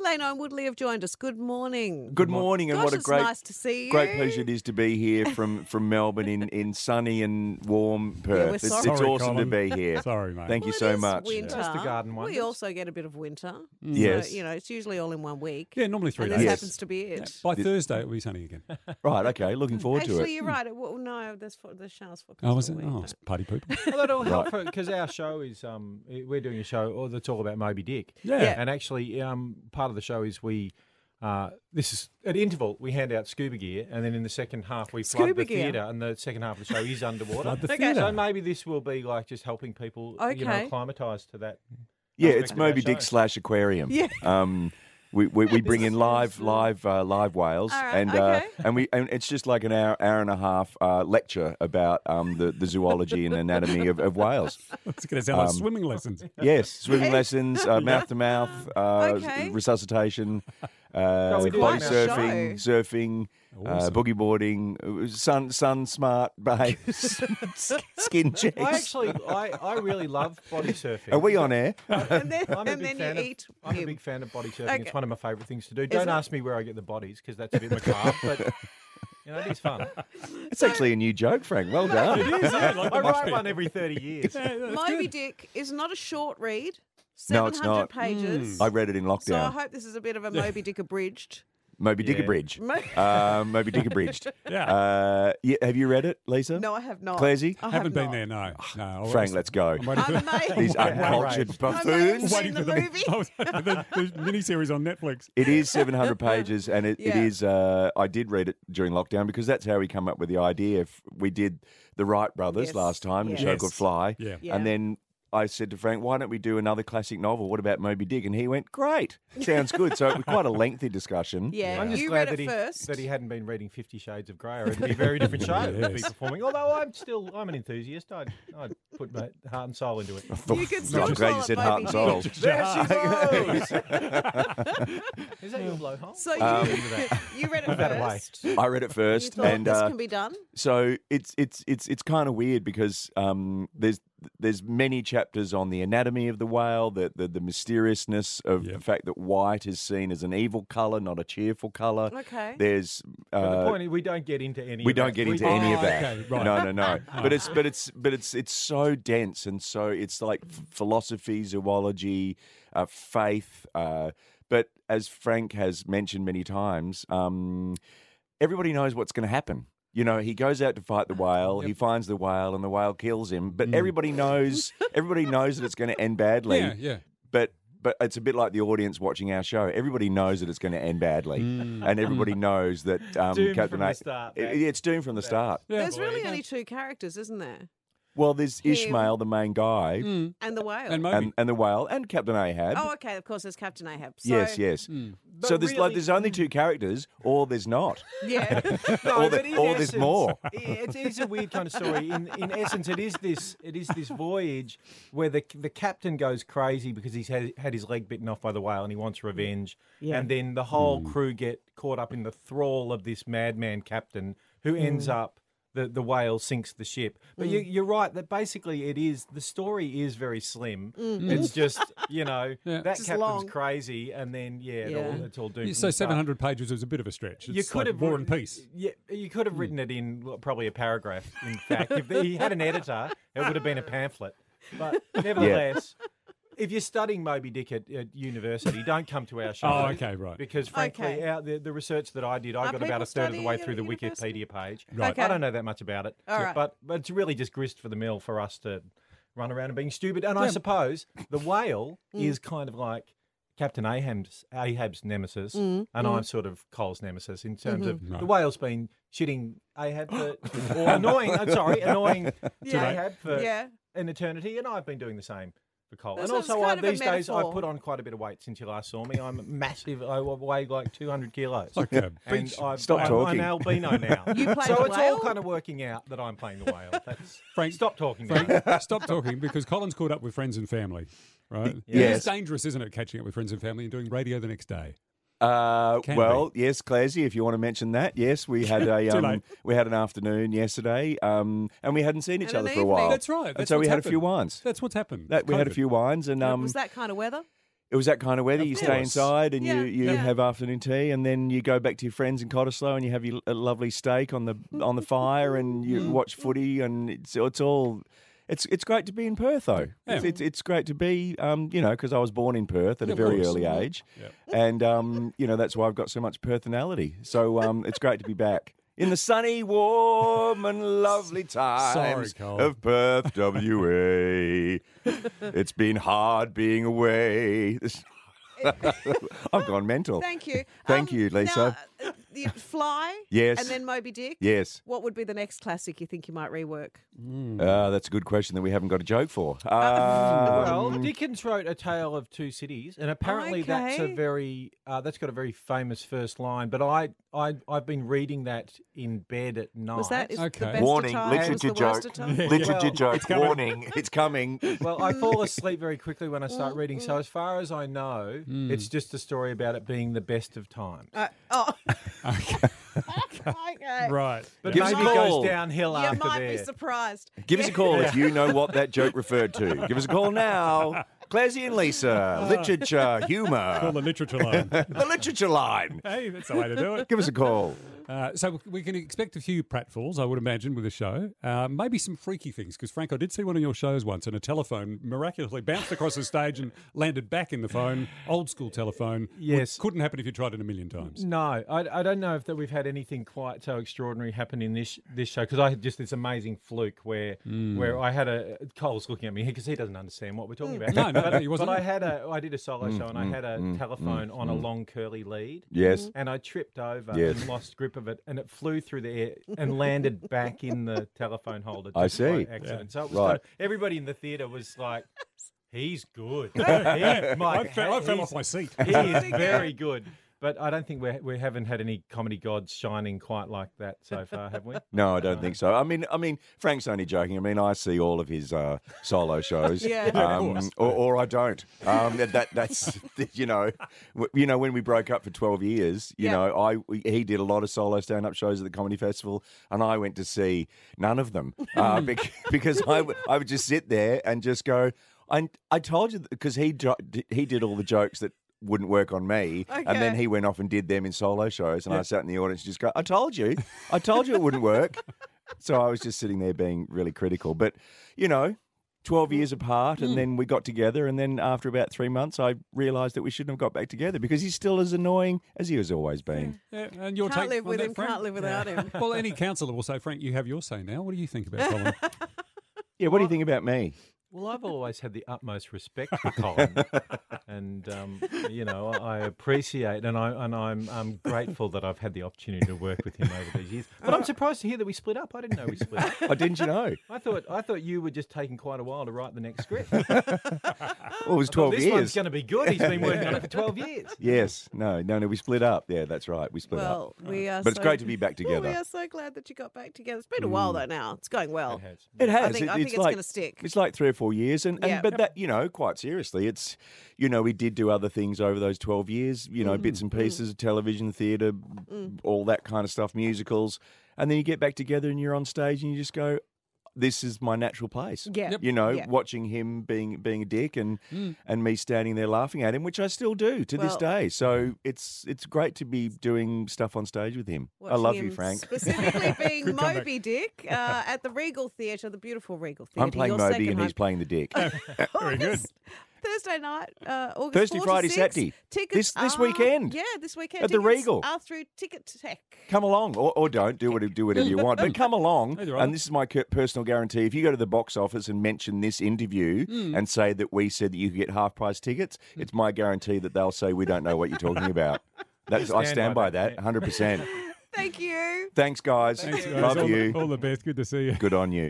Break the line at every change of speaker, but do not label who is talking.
Dano and Woodley have joined us. Good morning.
Good morning, and
Gosh,
what a
it's
great,
nice to see you.
great pleasure it is to be here from, from Melbourne in, in sunny and warm Perth.
we're
it's it's
sorry.
Sorry,
awesome
Colin.
to be here.
Sorry, mate.
Thank you
Well, it
so
is
much. Mm.
Winter.
Just the garden
We
wonders.
also get a bit of winter.
Yes.
So, you know, it's usually all in one week.
Yeah, normally three
and
days.
this
Yes.
happens to be it.
By Thursday, it'll be sunny again.
Right, okay, looking forward
Actually,
to it.
you're right. It, well, no, that's for, the shower's for
Oh, was it?
week.
Oh, it's party people.
Well, that'll help because our show is um, i- we're doing a show oh, that's all about Moby Dick.
Yeah.
Yeah.
And actually, um, part of the show is we. Uh, this is at interval. We hand out scuba gear, and then in the second half we flood
Scuba
the
gear.
theatre, and the second half of the show is underwater.
Flood the
Okay.
So
theatre.
maybe this will be like just helping people, you know,
Okay.
acclimatise to that.
Yeah,
aspect
it's
of our
Moby Dick
show.
slash aquarium.
Yeah.
Um, we, we, we bring in live live uh, live whales
All right,
and
okay.
uh, and we and it's just like an hour hour and a half uh, lecture about um, the, the zoology and anatomy of, of whales.
It's going to sound like
Um,
swimming lessons.
Yes, swimming lessons, uh, mouth to mouth, uh,
Okay.
resuscitation, uh,
we do
body
like that.
surfing, surfing, uh,
Awesome.
boogie boarding, uh, sun sun smart behaves, skin
I
checks.
actually, I, I really love body surfing.
Are we on air?
Oh.
And then,
I'm a
and
big
then
fan
you
of,
eat
I'm
him.
a big fan of body surfing.
Okay.
It's one of my favourite things to do.
it?
Don't ask me where I get the bodies because that's a bit macabre, but you know, it is fun.
It's actually a new joke, Frank. Well done.
I write one every 30 years.
Moby Dick is not a short read.
No, it's
700
not. Mm.
pages.
I read it in
so I
lockdown.
hope this is a bit of a Moby Dick abridged.
Moby Dick
Yeah.
abridged.
Mo-
uh, Moby Dick abridged.
Yeah.
Uh, yeah. Have you read it, Lisa?
No, I have not.
Clarzy?
Oh.
I have
Haven't been
not.
there, no. no I
Oh, Frank,
was-
let's go.
I'm waiting for,
I'm amazed.
These
Wow.
uncultured
I may have
buffoons.
seen the movie.
I was waiting for the, the miniseries on Netflix.
It is 700 pages, and it, it
Yeah.
is. Uh, I did read it during lockdown because that's how we come up with the idea. If we did the Wright brothers
Yes.
last time,
Yes.
the show
Yes.
called Fly,
Yeah.
Yeah.
and then I said to Frank, "Why don't we do another classic novel? What about Moby Dick?" And he went, "Great, sounds good." So it was quite a lengthy discussion.
Yeah,
I'm just
you
glad
read
that
it
he,
first.
that he hadn't been reading Fifty Shades of Grey, or it'd be a very different show to be
Yes.
performing. Although I'm still, I'm an enthusiast. I'd, I'd put my heart and soul into it.
You could still
I'm glad
call
you
it
said
Moby
heart and
Dick.
soul.
There she goes. Is that your blowhole?
So you, you read it
that away.
first. You
I read it first,
thought
and
this
uh,
can be done.
so it's it's it's it's kind of weird because um, there's there's many chapters on the anatomy of the whale, the the, the mysteriousness of the
Yep.
fact that white is seen as an evil color, not a cheerful color.
Okay.
There's
But the
uh,
point is, we don't get into any.
we
of that.
don't get into
We-
any of
Oh,
that.
okay, right.
No, no, no. But it's but it's but it's it's so dense and so it's like f- philosophy, zoology, uh, faith. Uh, but as Frank has mentioned many times, um, everybody knows what's going to happen. You know, he goes out to fight the whale. He finds the whale, and the whale kills him.
Mm.
But everybody knows, everybody knows that it's going to end badly.
Yeah, yeah.
But but it's a bit like the audience watching our show. Everybody knows that it's going to end badly,
Mm.
and everybody knows that um,
Mm. Doomed
Captain
from the
A-
start,
it-
that's-
yeah, it's doomed from the start.
Yeah.
There's really only two characters, isn't there?
Well, there's
Him.
Ishmael, the main guy,
Mm.
And the whale.
And Moby.
and, and the whale, and Captain Ahab.
oh, okay. Of course, there's Captain Ahab. So,
yes, yes.
Hmm.
So
But
there's like
really-
there's only two characters, or there's not,
Yeah.
or,
No,
the,
but in
or there's
essence-
more.
i- It's, it's a weird kind of story. In, in essence, it is this. It is this voyage where the the captain goes crazy because he's had, had his leg bitten off by the whale and he wants revenge.
Yeah.
And then the whole
Hmm.
crew get caught up in the thrall of this madman captain who
Hmm.
ends up. The, the whale sinks the ship, but you, you're right that basically it is the story is very slim. It's just you know
Yeah.
that
Hmm. Just
captain's
long.
crazy, and then yeah, it
Yeah.
all, it's all doomed. from
Yeah,
Mm.
so
the start.
700 pages was a bit of a stretch. It's
You could
like
have
War
writ-
and Peace.
Yeah, you could have written it in well, probably a paragraph. In fact, if he had an editor, it would have been a pamphlet. But nevertheless, if you're studying Moby Dick at, at university, don't come to our show.
Oh, okay, right.
Because frankly,
Okay.
our, the, the research that I did, I
Are
got about
people
a third of the way
studying
through the
at university?
Wikipedia page.
Right.
Okay.
I don't know that much about it.
All right.
But, but it's really just grist for the mill for us to run around and being stupid. And I suppose the whale
Mm.
is kind of like Captain Ahab's, Ahab's nemesis,
Mm.
and I'm sort of Cole's nemesis in terms of the whale's been shitting Ahab for, or annoying, I'm sorry, annoying
Yeah.
Ahab for
Yeah.
an eternity, and I've been doing the same. for Cole.
That's
And
what it's
also, I,
kind of a
these days
metaphor.
I've put on quite a bit of weight since you last saw me. I'm massive. I weigh like 200 kilos.
Like a
and
beach.
I've,
Stop
I'm,
talking.
I'm albino now.
You play
so
the
it's
whale?
all kind of working out that I'm playing the whale. That's,
Frank-
stop talking. now.
Frank, stop talking because Colin's caught up with friends and family, right?
Yes.
It's dangerous, isn't it, catching up with friends and family and doing radio the next day?
Uh,
Can
well, yes, Clazy, if you want to mention that, yes, we had a
Too
um,
late.
we had an afternoon yesterday, um, and we hadn't seen each
And
other
an
for a
evening.
while.
That's right.
and
That's
so we
what's
had a
happened.
few wines.
That's what's happened.
That we had a
COVID.
few wines, and um,
was that kind of weather?
It was that kind of weather.
Of
you stay
course.
inside and
Yeah,
you, you
yeah.
have afternoon tea, and then you go back to your friends in Cottesloe and you have your a lovely steak on the on the fire, and
Mm-hmm.
you watch footy, and it's it's all. It's it's great to be in Perth though. It's, it's it's great to be, um, you know, because I was born in Perth at a
of
very
course.
early age, and um, you know that's why I've got so much personality. So um, it's great to be back in the sunny, warm, and lovely times
Carl.
of Perth, WA. it's been hard being away. I've gone mental.
Thank you.
Thank you, Lisa.
Now, uh, the Fly.
Yes.
And then Moby Dick.
Yes,
What would be the next classic you think you might rework?
uh, that's a good question that we haven't got a joke for.
Uh,
well,
Um,
Dickens wrote A Tale of Two Cities, and apparently that's a
Okay.
very uh, that's got a very famous first line. But I I I've been reading that in bed at night.
Was that is
Okay.
the best
Warning,
attire? was
literature
the worst
joke.
attire?
Literature
Well,
joke. Warning, it's coming.
Well, I fall asleep very quickly when I start reading. So as far as I know, it's just a story about it being the best of times.
Uh, oh.
Okay.
okay.
right.
But
Give us a
maybe it
call.
goes downhill
You
after
might be
there.
surprised.
Give us a call if you know what that joke referred to. Give us a call now. Classy and Lisa, literature,
Call
humour,
the literature line.
the literature line.
hey, that's the way to do it.
Give us a call.
Uh, so we can expect a few pratfalls, I would imagine, with the show. Uh, maybe some freaky things, because Frank, I did see one of your shows once, and a telephone miraculously bounced across the stage and landed back in the phone. Old school telephone. Would-
Yes.
couldn't happen if you tried it a million times.
No, I, I don't know if that we've had anything quite so extraordinary happen in this this show because I had just this amazing fluke where
Mm.
where I had a Cole's looking at me because he doesn't understand what we're talking about.
Mm. No, no,
but,
no, he wasn't. Mm,
But I had a I did a solo show and I had a telephone on a long curly lead.
Yes.
And I tripped over
Yes.
and lost grip of it, and it flew through the air and landed back in the telephone holder.
I
just
see.
By accident. So it was
Right.
kind of- everybody in the theatre was like, "He's good. He- my
I fell, I fell
he's-
off my seat.
he is very good. But I don't think we're, we haven't had any comedy gods shining quite like that so far, have we?
No, I
Uh,
don't think so. I mean, I mean, Frank's only joking. I mean, I see all of his uh, solo shows,
Yeah. Yeah,
of
um,
course.
or, or I don't. Um, that, that that's you know, w- you know, when we broke up for twelve years, you
Yeah.
know, I we- he did a lot of solo stand up shows at the comedy festival, and I went to see none of them uh, bec- because I w- I would just sit there and just go. I I told you because he jo- d- he did all the jokes that. Wouldn't work on me, and then
Okay.
he went off and did them in solo shows, and I sat in the audience, and just go, "I told you, I told you it wouldn't work." So I was just sitting there being really critical. But, you know, 12 years apart, and then we got together. And then after about three months, I realised that we shouldn't have got back together because he's still as annoying as he has always been.
Yeah, and your
Can't
take
live
on
with
that,
him,
Frank?
can't live without him.
Well, any counsellor will say, Frank, you have your say now. What do you think about Colin?
Yeah, what do you think about me?
Well, I've always had the utmost respect for Colin, and um, you know I appreciate and I and I'm, I'm grateful that I've had the opportunity to work with him over these years. But I'm surprised to hear that we split up. I didn't know we split up.
Oh, didn't you know?
I thought I thought you were just taking quite a while to write the next script.
Well, it was 12
this one's
years.
going to be good. He's been working on it for twelve years.
Yes, no, no, no, we split up. Yeah, that's right. We split up.
Well, we are.
uh, But it's
so-
great to be back
We
together. Mm.
are so glad that you got back together. It's been a while though. Now it's going well.
It has.
I think-
It-
I think it's
like,
gonna stick.
It's like three or four years, and, and
Yeah.
but that you know, quite seriously, it's you know, we did do other things over those twelve years. You know,
Mm.
bits and pieces, of television, theatre, all that kind of stuff, musicals, and then you get back together and you're on stage and you just go, "This is my natural place."
Yeah. Yep.
You know,
Yeah.
watching him being being a dick and and me standing there laughing at him, which I still do to this
Well-
day. So it's it's great to be doing stuff on stage with him. I
Watching
love
him
you, Frank.
Specifically being
comeback.
Moby Dick uh, at the Regal Theatre, the beautiful Regal Theatre.
I'm playing
your
Moby
second
and
home.
he's playing the dick.
Very good. Thursday night, uh, August
Thursday,
4 to
Friday,
6.
Saturday.
Tickets
This- this
are-
weekend.
Yeah, this weekend
At the
Tickets
Regal.
Are through Ticket Tech.
come along or, or don't do whatever, do whatever you want but come along
Either or.
and this is my cur- personal guarantee if you go to the box office and mention this interview and say that we said that you could get half price tickets it's my guarantee that they'll say we don't know what you're talking about that's i
Stand
stand by
by
that
that,
100%
Thank you.
thanks guys
Thanks, guys.
love
all,
you
All the best. Good to see you.
good on you